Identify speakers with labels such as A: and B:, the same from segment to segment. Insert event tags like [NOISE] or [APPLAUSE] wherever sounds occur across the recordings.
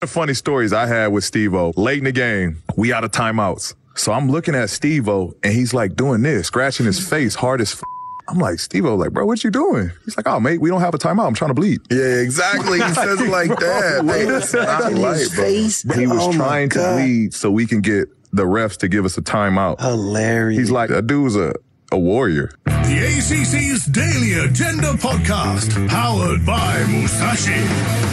A: the funny stories I had with Steve O late in the game, we out of timeouts. So I'm looking at Steve O and he's like doing this, scratching his face hard as f- I'm like, Steve O, like, bro, what you doing? He's like, oh, mate, we don't have a timeout. I'm trying to bleed.
B: Yeah, exactly. He says it
A: [LAUGHS]
B: like that. Hey, that's not right, bro.
A: He was trying to bleed so we can get the refs to give us a timeout.
C: Hilarious.
A: He's like, that dude's a, a warrior.
D: The ACC's Daily Agenda Podcast, powered by Musashi.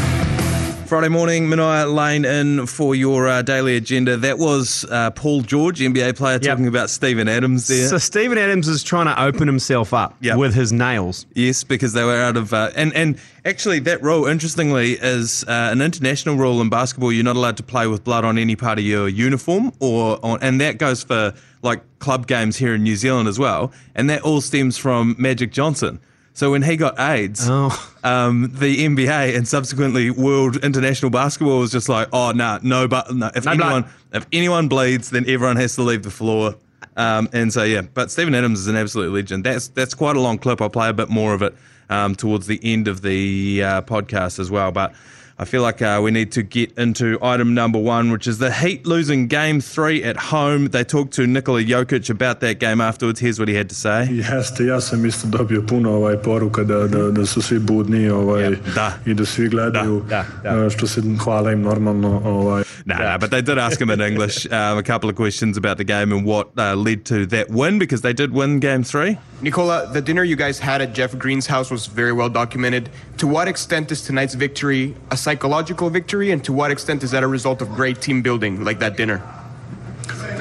E: Friday morning, Mania Lane in for your uh, daily agenda. That was uh, Paul George, NBA player, talking about Stephen Adams there.
F: So Stephen Adams is trying to open himself up
E: Yep.
F: with his nails.
E: yes, because they were out of uh, and and actually that rule, interestingly, is uh, an international rule in basketball. You're not allowed to play with blood on any part of your uniform or on, and that goes for like club games here in New Zealand as well. And that all stems from Magic Johnson. So when he got AIDS,
F: Oh.
E: um, the NBA and subsequently world international basketball was just like, oh nah, no, but no, if
F: blood.
E: anyone if anyone bleeds, then everyone has to leave the floor. Um, and so yeah, but Stephen Adams is an absolute legend. That's that's quite a long clip. I'll play a bit more of it um, towards the end of the uh, podcast as well. But I feel like uh, we need to get into item number one, which is the Heat losing Game Three at home. They talked to Nikola Jokic about that game afterwards. Here's what he had to say.
G: Jeste, ja sam isto dobio puno ovaj poruka da, da, da su svi budni ovaj,
E: Ja, da.
G: i da svi gledaju,
F: Da, da, da.
G: eh, što se hvala im normalno. Ovaj.
E: No, no, but they did ask him in English um, a couple of questions about the game and what uh, led to that win because they did win game three.
H: Nicola, the dinner you guys had at Jeff Green's house was very well documented. To what extent is tonight's victory a psychological victory, and to what extent is that a result of great team building like that dinner?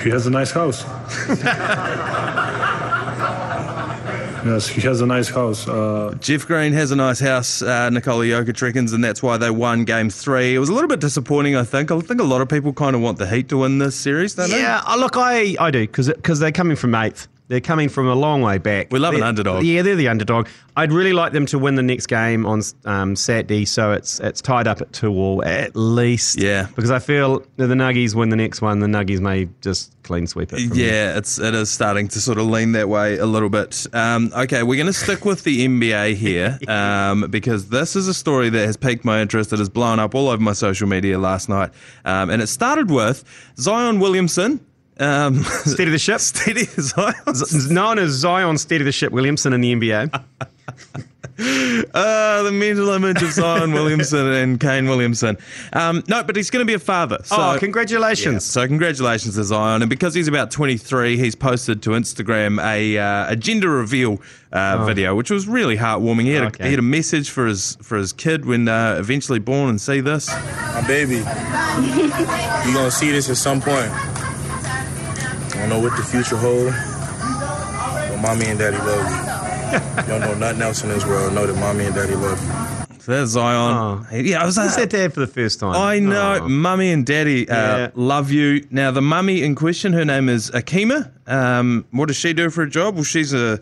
G: He has a
F: [LAUGHS]
G: nice house. yes, he has a nice house. Uh,
E: Jeff Green has a nice house, uh, Nikola Jokic reckons, and that's why they won game three. It was a little bit disappointing, I think. I think a lot of people kind of want the Heat to win this series, don't
F: Yeah, oh, look, I, I do because they're coming from eighth. They're coming from a long way back.
E: We love an
F: They're-
E: underdog.
F: Yeah, they're the underdog. I'd really like them to win the next game on um, Saturday, so it's it's tied up at two all at least.
E: Yeah.
F: because I feel if the Nuggies win the next one, the Nuggies may just clean sweep it.
E: they?
F: from there.
E: Yeah, it's it is starting to sort of lean that way a little bit. Um, okay, we're going to stick with the NBA
F: [LAUGHS]
E: here um, because this is a story that has piqued my interest. It has blown up all over my social media last night, um, and it started with Zion Williamson. Um, [LAUGHS]
F: steady the ship.
E: Steady Zion.
F: Z- Known as Zion Steady the Ship Williamson in the NBA.
E: Uh, the mental image of Zion Williamson and Kane Williamson. Um, no, but he's going to be a father. [LAUGHS] So,
F: oh, congratulations.
E: So congratulations to Zion. And because he's about 23, he's posted to Instagram a, uh, a gender reveal uh, video, which was really heartwarming. He had, a,
F: Oh. Okay.
E: he had a message for his for his kid when uh, eventually born and see this.
I: My baby, you're gonna see this at some point. I don't know what the future holds, but mommy and daddy love you. Y'all know nothing else in this world. Know that mommy and daddy love you.
E: So there's Zion.
F: Oh.
E: Yeah, I was
F: I
E: like,
F: said that for the first time.
E: I know,
F: Oh.
E: mummy and daddy uh,
F: Yeah.
E: love you. Now, the mummy in question, her name is Akima. Um, what does she do for a job? Well, she's a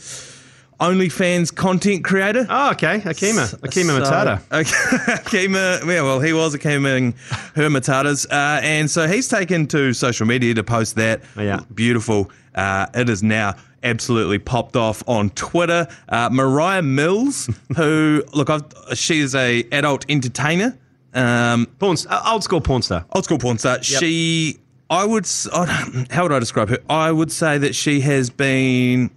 E: OnlyFans content creator.
F: Oh, okay. Akima. Akima
E: So-
F: Matata.
E: Okay, [LAUGHS] Akima, yeah, well, he was Akima her Matatas. Uh, and so he's taken to social media to post that.
F: Oh, Yeah.
E: Beautiful. Uh, it is now absolutely popped off on Twitter. Uh, Mariah Mills, [LAUGHS] who, look, I've, she is a adult entertainer. Um,
F: Porn, uh, old school porn star.
E: old school porn star. She, I would, s- I don't- how would I describe her? I would say that she has been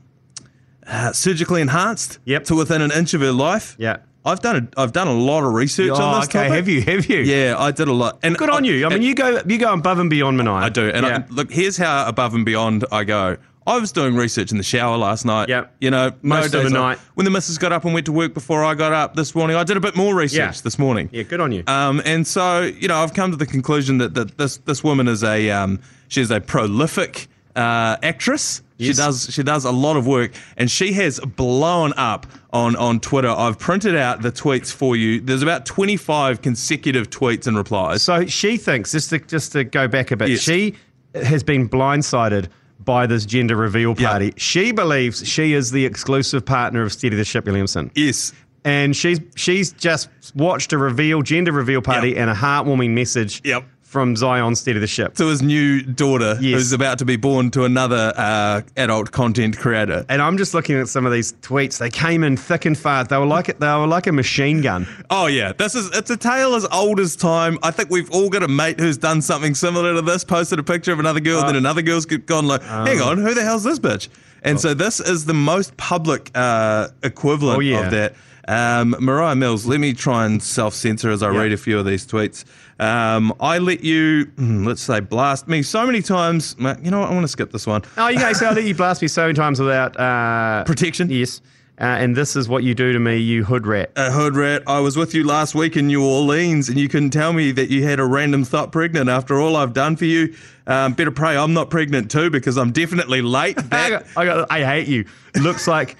E: uh, surgically enhanced
F: Yep.
E: to within an inch of her life.
F: Yeah.
E: I've done a, I've done a lot of research on
F: Oh,
E: this
F: okay.
E: topic.
F: Have you? Have you?
E: Yeah, I did a lot. And
F: Good on you. I mean,
E: and-
F: you go you go above and beyond Mania.
E: I do. And
F: yeah.
E: I, look, here's how above and beyond I go. I was doing research in the shower last night.
F: Yep.
E: You know, no
F: Most of the
E: days off.
F: night.
E: When the missus got up and went to work before I got up this morning, I did a bit more research
F: Yeah.
E: this morning.
F: yeah, good on you.
E: Um, and so, you know, I've come to the conclusion that, that this this woman is a um, she's a prolific uh, actress.
F: Yes.
E: She does she does a lot of work, and she has blown up on on Twitter. I've printed out the tweets for you. There's about 25 consecutive tweets and replies.
F: so she thinks just to just to go back a bit.
E: Yes.
F: She has been blindsided by this gender reveal
E: Yeah.
F: party. She believes she is the exclusive partner of Steady the Ship Williamson.
E: yes,
F: and she's she's just watched a reveal gender reveal party
E: Yep.
F: and a heartwarming message
E: Yep.
F: from Zion's steady the ship.
E: to his new daughter
F: Yes.
E: who's about to be born to another uh, adult content creator.
F: And I'm just looking at some of these tweets. They came in thick and fast. They were like they were like a machine gun.
E: Oh yeah, this is it's a tale as old as time. I think we've all got a mate who's done something similar to this. Posted a picture of another girl,
F: Uh,
E: then another girl's g- gone like, "Hang on, who the hell's this bitch?" And so this is the most public uh, equivalent
F: Oh, yeah.
E: of that. Um, Mariah Mills, let me try and self-censor as I
F: Yeah.
E: read a few of these tweets. Um, I let you, hmm, let's say, blast me so many times. You know what? I want to skip this one.
F: Oh, you guys, how did you blast me so many times without uh,
E: Protection?
F: Yes. Uh, and this is what you do to me, you hood rat.
E: Uh, Hood Rat, I was with you last week in New Orleans, and you couldn't tell me that you had a random thought pregnant after all I've done for you. Um, better pray I'm not pregnant too, because I'm definitely late.
F: I,
E: That,
F: got, I, got, I hate you. Looks like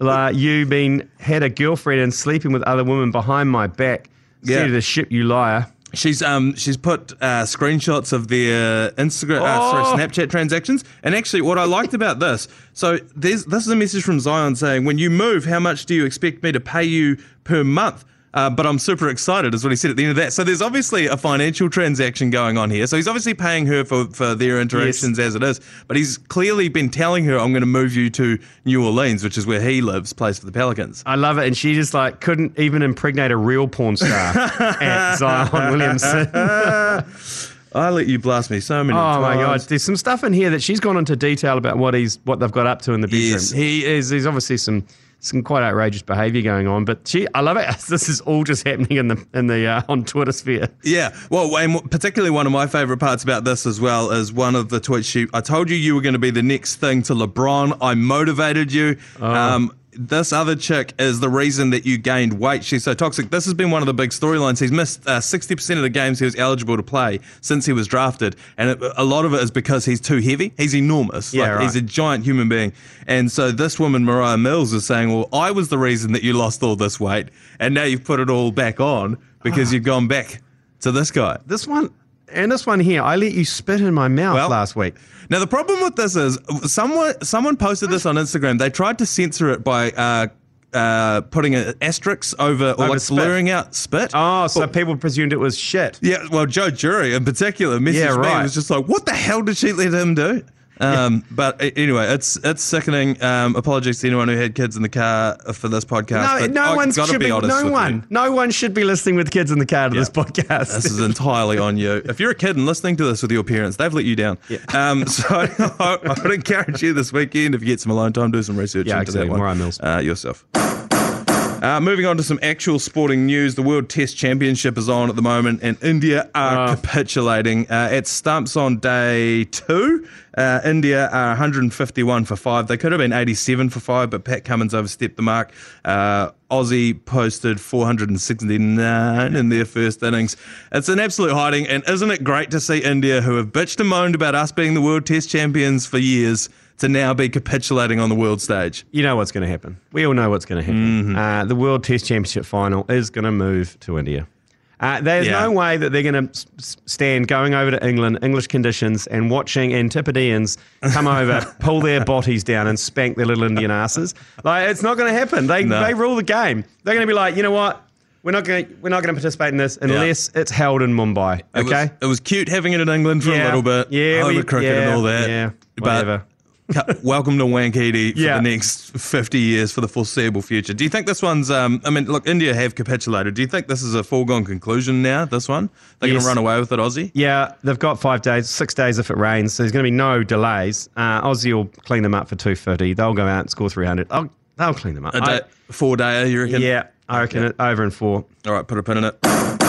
F: uh, you been had a girlfriend and sleeping with other women behind my back. Yeah.
E: Yeah.
F: See to the ship, you liar.
E: she's um she's put uh, screenshots of their Instagram, uh, sorry,
F: Oh.
E: Snapchat transactions. And actually, what I liked about this, so there's this is a message from Zion saying, "When you move, how much do you expect me to pay you per month?" Uh, but I'm super excited, is what he said at the end of that. So there's obviously a financial transaction going on here. So he's obviously paying her for, for their interactions as it is. But he's clearly been telling her, "I'm going to move you to New Orleans, which is where he lives, plays for the Pelicans."
F: I love it. And she just like couldn't even impregnate a real
E: [LAUGHS]
F: porn star at Zion Williamson.
E: I let you blast me so many
F: Uh. Oh
E: times.
F: my God! There's some stuff in here that she's gone into detail about what he's what they've got up to in the bedroom.
E: Yes.
F: He is. There's obviously some some quite outrageous behaviour going on, but she, I love it. [LAUGHS] This is all just happening in the in the uh, on Twitter sphere.
E: Yeah. Well, and particularly one of my favorite parts about this as well is one of the tweets she, I told you you were going to be the next thing to LeBron. I motivated you.
F: Oh.
E: Um, this other chick is the reason that you gained weight. She's so toxic. This has been one of the big storylines. He's missed uh, 60% of the games he was eligible to play since he was drafted. And it, a lot of it is because he's too heavy. He's enormous.
F: Yeah, right.
E: He's a giant human being. And so this woman, Mariah Mills, is saying, Well, I was the reason that you lost all this weight. And now you've put it all back on because you've gone back to this guy.
F: This one and this one here, I let you spit in my mouth
E: Well-
F: last week.
E: Now the problem with this is someone someone posted this on Instagram. They tried to censor it by uh, uh, putting an asterisk over or
F: Over
E: like
F: spit.
E: blurring out spit.
F: Oh, so people presumed it was shit.
E: yeah, well, Joe Jury in particular messaged
F: Yeah,
E: me.
F: right.
E: and was just like, "What the hell did she let him do?" Um, But a- anyway, it's it's sickening. Um, apologies to anyone who had kids in the car for this podcast.
F: No,
E: but
F: no
E: I've
F: one
E: gotta
F: should be.
E: honest
F: no
E: with
F: one,
E: you.
F: no one should be listening with kids in the car to this podcast.
E: This is entirely on you. If you're a kid and listening to this with your parents, they've let you down. Um, [LAUGHS] so I, I would encourage you this weekend, if you get some alone time, do some research
F: Yeah,
E: into
F: exactly.
E: that one
F: Mariah Mills.
E: Uh, yourself. Uh, moving on to some actual sporting news. The World Test Championship is on at the moment, and India are capitulating. Uh, at stumps on day two, uh, India are 151 for five. They could have been 87 for five, but Pat Cummins overstepped the mark. Uh, Aussie posted 469 in their first innings. It's an absolute hiding, and isn't it great to see India, who have bitched and moaned about us being the World Test Champions for years, to now be capitulating on the world stage?
F: you know what's going to happen. We all know what's going to happen.
E: Mm-hmm.
F: Uh, the World Test Championship final is going to move to India. Uh, there's
E: Yeah.
F: no way that they're going to stand going over to England, English conditions, and watching Antipodeans
E: [LAUGHS]
F: come over, pull their bodies down, and spank their little Indian asses. Like it's not going to happen. They
E: No.
F: they rule the game. They're going to be like, you know what? We're not going to we're not going to participate in this unless it's held in Mumbai.
E: It was-
F: Okay.
E: it was cute having it in England for
F: Yeah.
E: a little bit.
F: Yeah,
E: over
F: we-
E: cricket
F: yeah,
E: and all that.
F: yeah, whatever. [LAUGHS]
E: But welcome to Wankhede for
F: Yeah.
E: the next fifty years for the foreseeable future. Do you think this one's? Um, I mean, look, India have capitulated. Do you think this is a foregone conclusion now? This one, they're going
F: Yes.
E: to run away with it, Aussie.
F: Yeah, they've got five days, six days if it rains. So there's going to be no delays. Uh, Aussie will clean them up for 250. They'll go out and score 300. I'll, they'll clean them up.
E: A day, four day, you
F: I,
E: reckon?
F: yeah, I reckon it over in four.
E: All right, put a pin in it.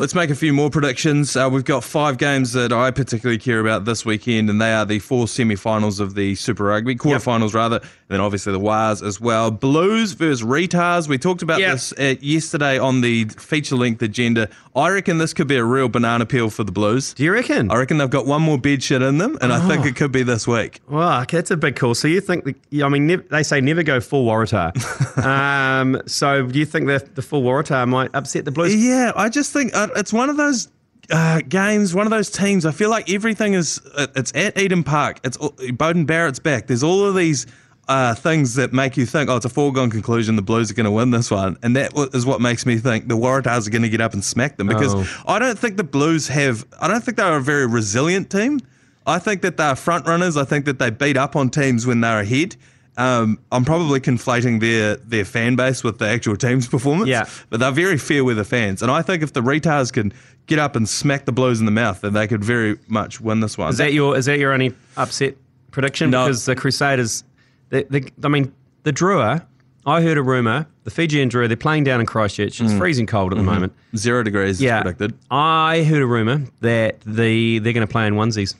E: Let's make a few more predictions. Uh, we've got five games that I particularly care about this weekend, and they are the four semi-finals of the Super Rugby, quarterfinals rather, and then obviously the Wires as well. Blues versus Retars. We talked about
F: Yep.
E: this uh, yesterday on the feature-length agenda. I reckon this could be a real banana peel for the Blues.
F: Do you reckon?
E: I reckon they've got one more bed shit in them, and I think it could be this week.
F: Well, okay, that's a big call. So you think, the, yeah, I mean, nev- they say never go full Waratah.
E: [LAUGHS]
F: um, so do you think that the full Waratah might upset the Blues?
E: Yeah, I just think uh, it's one of those uh, games, one of those teams. I feel like everything is uh, it's at Eden Park. It's all- Bowden Barrett's back. There's all of these uh, things that make you think, oh, it's a foregone conclusion. The Blues are going to win this one, and that wa- is what makes me think the Waratahs are going to get up and smack them because
F: Oh.
E: I don't think the Blues have. I don't think they're a very resilient team. I think that they're front runners. I think that they beat up on teams when they're ahead. Um, I'm probably conflating their their fan base with the actual team's [LAUGHS] performance.
F: Yeah.
E: but they're very fair weather fans, and I think if the retards can get up and smack the Blues in the mouth, then they could very much win this one.
F: Is that your is that your only upset prediction?
E: No.
F: Because the Crusaders, the, the, I mean, the Drua. I heard a rumor the Fijian Drua. They're playing down in Christchurch.
E: Mm.
F: It's freezing cold at the
E: Mm-hmm.
F: moment.
E: zero degrees?
F: Yeah,
E: is predicted. [LAUGHS]
F: I heard a rumor that the they're going to play in onesies.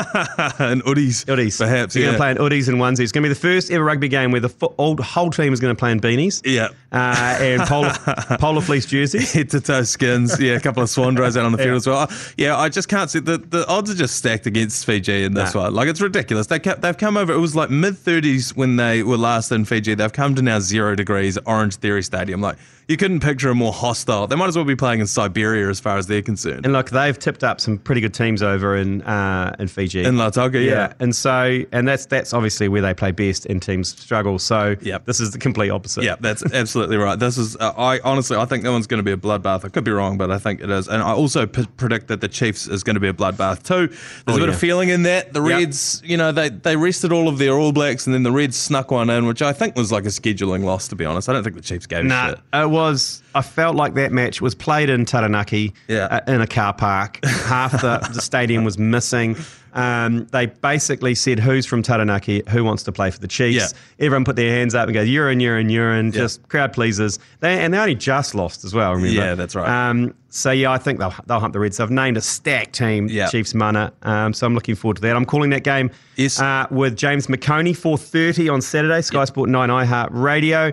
E: and hoodies,
F: Hoodies,
E: perhaps.
F: They're
E: yeah.
F: going to play in hoodies and onesies. It's going to be the first ever rugby game where the fo- old, whole team is going to play in beanies.
E: Yeah.
F: uh,
E: [LAUGHS]
F: and polar, polar fleece jerseys.
E: head to toe skins. Yeah, a couple of swandros out on the field
F: [LAUGHS] Yeah.
E: as well. Yeah, I just can't see the the odds are just stacked against Fiji in this
F: Nah.
E: one. Like it's ridiculous. They kept, they've come over. It was like mid thirties when they were last in Fiji. They've come to now zero degrees Orange Theory Stadium. Like you couldn't picture a more hostile. They might as well be playing in Siberia as far as they're concerned.
F: And look, they've tipped up some pretty good teams over in uh, in Fiji.
E: In Lataga, yeah.
F: and so and that's that's obviously where they play best and teams struggle. So
E: Yep.
F: this is the complete opposite.
E: Yeah, that's absolutely right. This is, uh, I honestly, I think that one's going to be a bloodbath. I could be wrong, but I think it is. And I also p- predict that the Chiefs is going to be a bloodbath too. There's a bit
F: Oh, yeah.
E: of feeling in that. The Reds, you know, they, they rested all of their All Blacks and then the Reds snuck one in, which I think was like a scheduling loss, to be honest. I don't think the Chiefs gave a
F: Nah,
E: shit.
F: it was. I felt like that match was played in Taranaki,
E: Yeah.
F: uh, in a car park. Half the,
E: [LAUGHS]
F: the stadium was missing. Um, they basically said, "Who's from Taranaki? Who wants to play for the Chiefs?" Everyone put their hands up and go, "Urine, urine, urine!" Just crowd pleasers. They, and they only just lost as well. Remember?
E: Yeah, that's right.
F: Um, so yeah, I think they'll they'll hump the Reds. They've named a stack team,
E: Yeah.
F: Chiefs Mana. Um, so I'm looking forward to that. I'm calling that game
E: Yes.
F: uh, with James McConey, 4.30 on Saturday, Sky Sport 9 iHeart Radio.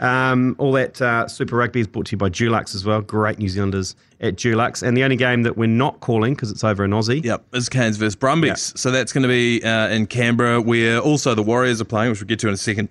F: Um, all that uh, Super Rugby is brought to you by Dulux as well. Great New Zealanders at Dulux. And the only game that we're not calling, because it's over in Aussie,
E: Yep, is Cairns versus Brumbies. So that's going to be uh, in Canberra, where also the Warriors are playing, which we'll get to in a second.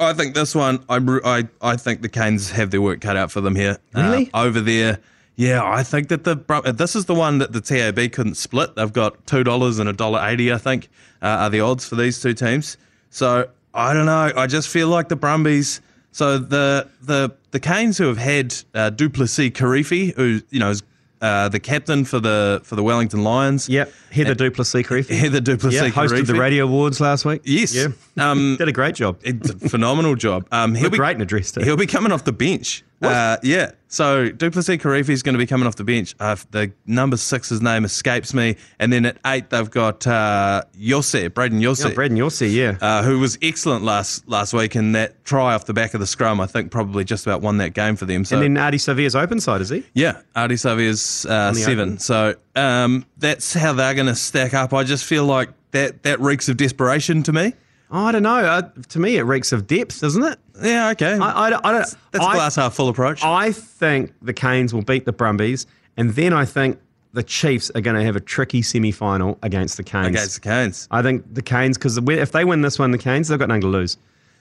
E: I think this one, I bru- I, I think the Canes have their work cut out for them here.
F: Really?
E: Uh, over there. Yeah, I think that the Brum- uh, this is the one that the TAB couldn't split. They've got two dollars and a dollar eighty, I think, uh, are the odds for these two teams. So I don't know. I just feel like the Brumbies. So the the the Canes who have had uh, Duplessis Karifi, who you know is uh, the captain for the for the Wellington Lions.
F: Yep. Heather Duplessis Creefy.
E: Heather Duplessis
F: yeah, hosted the
E: Karifi.
F: Radio Awards last week.
E: Yes.
F: Yeah.
E: Um,
F: Did a great job.
E: it's a phenomenal job. Um, he'll
F: Looked
E: be
F: great and addressed it.
E: He'll be coming off the bench. Uh, yeah. So Duplessis Karifi is going to be coming off the bench. Uh, the number six's name escapes me. And then at eight, they've got uh, Yose, Braden Yose.
F: Yeah, Braden Yossi, yeah.
E: Uh, who was excellent last last week in that try off the back of the scrum? I think probably just about won that game for them. So
F: and then Artie Sevilla's open side, is he?
E: yeah, Artie Savier's uh,
F: the
E: seven.
F: open.
E: So um, that's how they're going to stack up. I just feel like that that reeks of desperation to me.
F: I don't know. Uh, to me, it reeks of depth, doesn't it?
E: Yeah, okay.
F: I, I, don't- I don't.
E: Mm. That's a
F: I-
E: glass half full approach.
F: I think the Canes will beat the Brumbies, and then I think the Chiefs are going to have a tricky semi-final against the Canes.
E: against the Canes.
F: I think the Canes because if they win this one, the Canes they've got nothing to lose.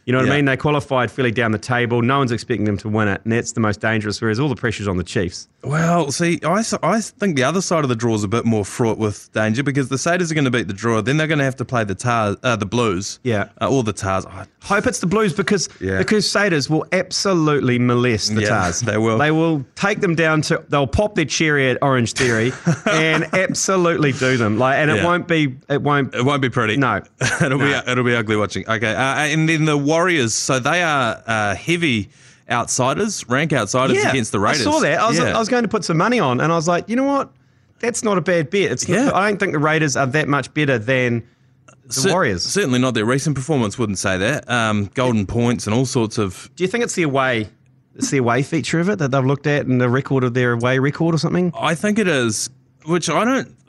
F: You know what
E: Yeah.
F: I mean? They qualified fairly down the table. No one's expecting them to win it, and that's the most dangerous. Whereas all the pressure's on the Chiefs.
E: Well, see, I, s- I s- think the other side of the draw is a bit more fraught with danger because the Satyrs are going to beat the draw. Then they're going to have to play the Tars, uh, the Blues.
F: Yeah.
E: Uh, or the Tars. I-
F: Hope it's the Blues because
E: Yeah.
F: the Crusaders will absolutely molest the
E: Yeah,
F: Tars.
E: they will.
F: They will take them down to. They'll pop their cherry at
E: [LAUGHS]
F: Orange Theory and absolutely do them. Like, and
E: Yeah.
F: it won't be. It won't.
E: It won't be pretty.
F: No.
E: [LAUGHS] it'll be uh, it'll be ugly watching. Okay, uh, and then the Warriors. So they are uh, heavy outsiders, rank outsiders against the Raiders.
F: I saw that. I was,
E: Yeah.
F: I was going to put some money on, and I was like, you know what? That's not a bad bet. It's
E: Yeah.
F: I don't think the Raiders are that much better than the
E: Cer-
F: Warriors.
E: Certainly not their recent performance. Wouldn't say that. Um, golden points and all sorts of.
F: Do you think it's the away, it's the away feature of it that they've looked at and the record of their away record or something?
E: I think it is, which I don't. [SIGHS]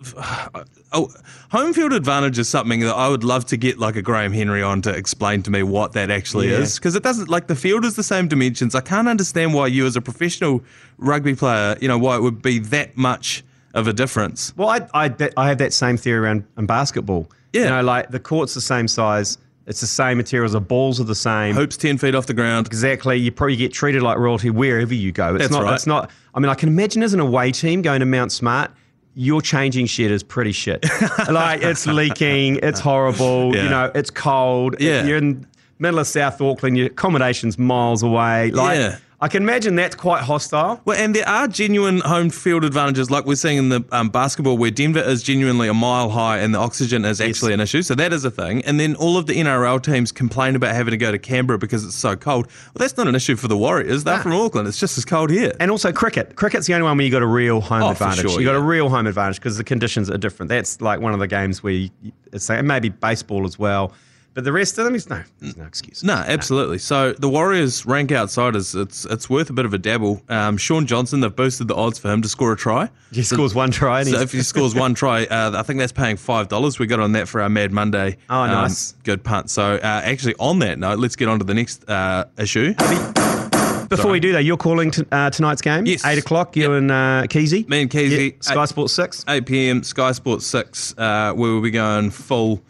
E: Oh, home field advantage is something that I would love to get like a Graham Henry on to explain to me what that actually
F: Yeah.
E: is because it doesn't like the field is the same dimensions. I can't understand why you as a professional rugby player, you know, why it would be that much of a difference.
F: Well, I I, that- I have that same theory around in basketball.
E: Yeah.
F: you know, like the court's the same size, it's the same materials, the balls are the same.
E: Hoops ten feet off the ground.
F: Exactly. You probably get treated like royalty wherever you go. It's
E: That's
F: not.
E: right.
F: It's not. I mean, I can imagine as an away team going to Mount Smart, your changing shit is
E: [LAUGHS]
F: pretty shit. like it's leaking. It's horrible.
E: Yeah.
F: You know, it's cold.
E: Yeah.
F: You're in middle of South Auckland, your accommodation's miles away. Like,
E: Yeah.
F: I can imagine that's quite hostile.
E: Well, and there are genuine home field advantages, like we're seeing in the um, basketball, where Denver is genuinely a mile high and the oxygen is actually an issue. So that is a thing. And then all of the NRL teams complain about having to go to Canberra because it's so cold. Well, that's not an issue for the Warriors. They're from Auckland. It's just as cold here.
F: And also cricket. Cricket's the only one where you got a real home
E: Oh, for
F: advantage.
E: sure,
F: you got
E: yeah.
F: a real home advantage because the conditions are different. That's like one of the games where you, it's and maybe baseball as well. But the rest of them is no, there's no excuse.
E: No, absolutely. So the Warriors rank outsiders. It's it's worth a bit of a dabble. Um, Sean Johnson, they've boosted the odds for him to score a try.
F: He scores one try and
E: So
F: he's-
E: if he scores one try, uh, I think that's paying five dollars. We got on that for our Mad Monday. um,
F: Oh, nice.
E: good punt. So uh, actually, on that note, let's get on to the next uh, issue.
F: Before we do that, you're calling t- uh, tonight's game.
E: Yes.
F: Eight o'clock, you and uh, Keezy.
E: Me and Keezy.
F: Sky
E: Eight-
F: Sports 6.
E: Eight pm, Sky Sports Six. Uh, where we'll be going full,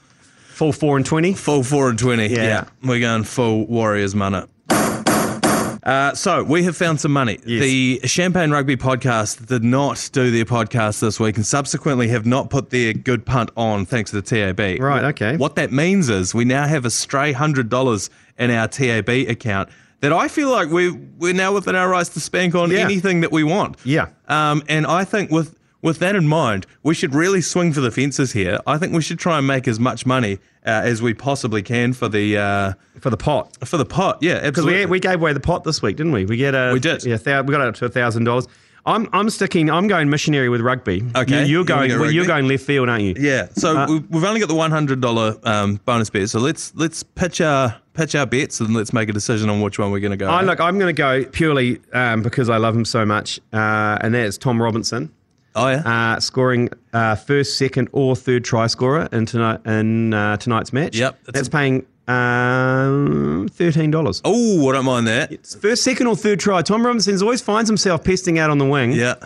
F: Full 4 and 20.
E: full four and twenty.
F: Yeah.
E: we're going full Warriors mana. Uh, so we have found some money.
F: Yes.
E: The Champagne Rugby podcast did not do their podcast this week, and subsequently have not put their good punt on, thanks to the TAB.
F: Right, okay.
E: What that means is we now have a stray hundred dollars in our TAB account that I feel like we we're now within our rights to spank on
F: Yeah.
E: anything that we want.
F: Yeah.
E: Um, and I think with with that in mind, we should really swing for the fences here. I think we should try and make as much money uh, as we possibly can for the uh,
F: For the pot.
E: for the pot. Yeah,
F: Because
E: absolutely.
F: we, we gave away the pot this week, didn't we? We get a
E: We did.
F: Yeah, thou- we got it up to thousand dollars. I'm I'm sticking. I'm going missionary with rugby.
E: Okay. You
F: you, are
E: wanna
F: going.
E: go
F: well, you're
E: rugby?
F: going left field, aren't you?
E: Yeah. So
F: Uh,
E: we- we've only got the one hundred dollar um, bonus bet. So let's let's pitch our pitch our bets and let's make a decision on which one we're going to go.
F: I
E: with.
F: Oh, look. I'm going to go purely um, because I love him so much, uh, and that is Tom Robinson.
E: oh yeah.
F: Uh, scoring uh, first, second, or third try scorer in tonight in uh, tonight's match.
E: Yep.
F: that's paying um, thirteen dollars.
E: oh, I don't mind that.
F: First, second, or third try. Tom Robinson's always finds himself pesting out on the wing.
E: Yeah.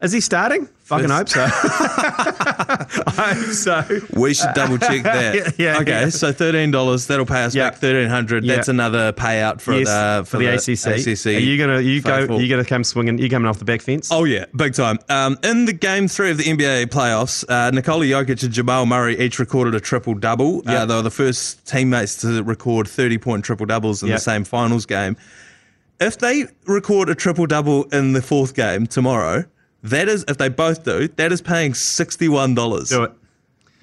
F: Is he starting? Fucking hope
E: First- [LAUGHS]
F: so. I hope so.
E: We should double
F: [LAUGHS]
E: check that.
F: Uh, Yeah, yeah,
E: okay,
F: yeah.
E: so thirteen dollars that'll pay us
F: Yeah.
E: back thirteen hundred.
F: Yeah.
E: That's another payout for
F: yes,
E: the
F: for the, ACC. Are you gonna you
E: faithful.
F: go? You gonna come swinging? You coming off the back fence?
E: Oh yeah, big time. Um, in the game three of the NBA playoffs, uh, Nikola Jokic and Jamal Murray each recorded a triple double. Uh, they were the first teammates to record thirty point triple doubles in
F: Yep.
E: the same finals game. If they record a triple double in the fourth game tomorrow, that is if they both do, that is paying sixty one dollars.
F: do it.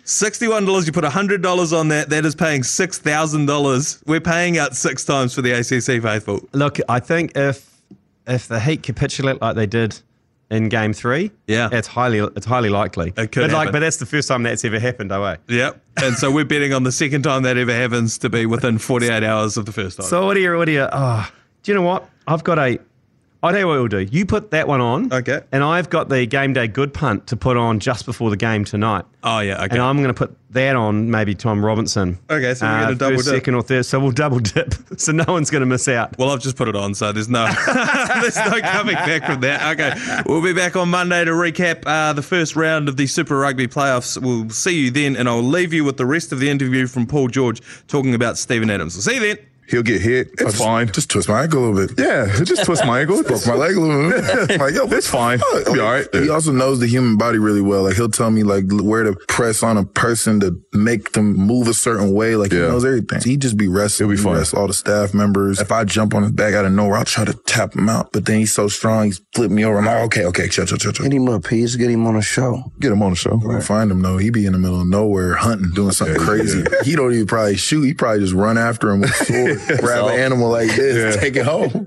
E: Sixty-one dollars. You put hundred dollars on that. That is paying six thousand dollars. We're paying out six times for the ACC faithful.
F: Look, I think if if the Heat capitulate like they did in Game Three,
E: Yeah.
F: it's highly it's highly likely.
E: It could
F: but
E: happen.
F: like, but that's the first time that's ever happened, eh? away.
E: Yep. And so we're betting on the second time that ever happens to be within forty-eight hours of the first time.
F: So what do you what do you? Oh, do you know what? I've got a. I tell you what we'll do. You put that one on,
E: Okay.
F: And I've got the game day good punt to put on just before the game tonight.
E: oh yeah. Okay.
F: And I'm going to put that on maybe Tom Robinson. Uh,
E: Okay, so we're gonna double
F: first,
E: dip.
F: second, or third. So we'll double dip. [LAUGHS] so no one's going to miss out.
E: well, I've just put it on, so there's no [LAUGHS] there's no coming back from that. Okay, we'll be back on Monday to recap uh, the first round of the Super Rugby playoffs. We'll see you then, and I'll leave you with the rest of the interview from Paul George talking about Stephen Adams. We'll see you then.
A: He'll get hit. It's
B: just,
A: fine.
B: Just twist my ankle a little bit.
A: yeah, just twist my [LAUGHS] ankle.
B: Broke my leg a little
D: [LAUGHS]
B: bit. I'm like, yo,
A: It's fine.
B: fuck?
A: It'll be all right.
B: He also knows the human body really well. Like he'll tell me like where to press on a person to make them move a certain way. Like he
A: Yeah.
B: knows everything. He just be wrestling.
A: It'll be
B: He
A: fun.
B: wrest all the staff members. If I jump on his back out of nowhere, I'll try to tap him out. But then he's so strong, he's flipped me over. I'm like, okay, okay, chill, chill, chill, chill.
C: Hit him up, P. Just get him on a show.
A: Get him on the show.
B: We'll find him though. He be in the middle of nowhere hunting, doing something crazy.
A: [LAUGHS]
B: He don't even probably shoot. He probably just run after him with a sword, grab an animal like this, take it home.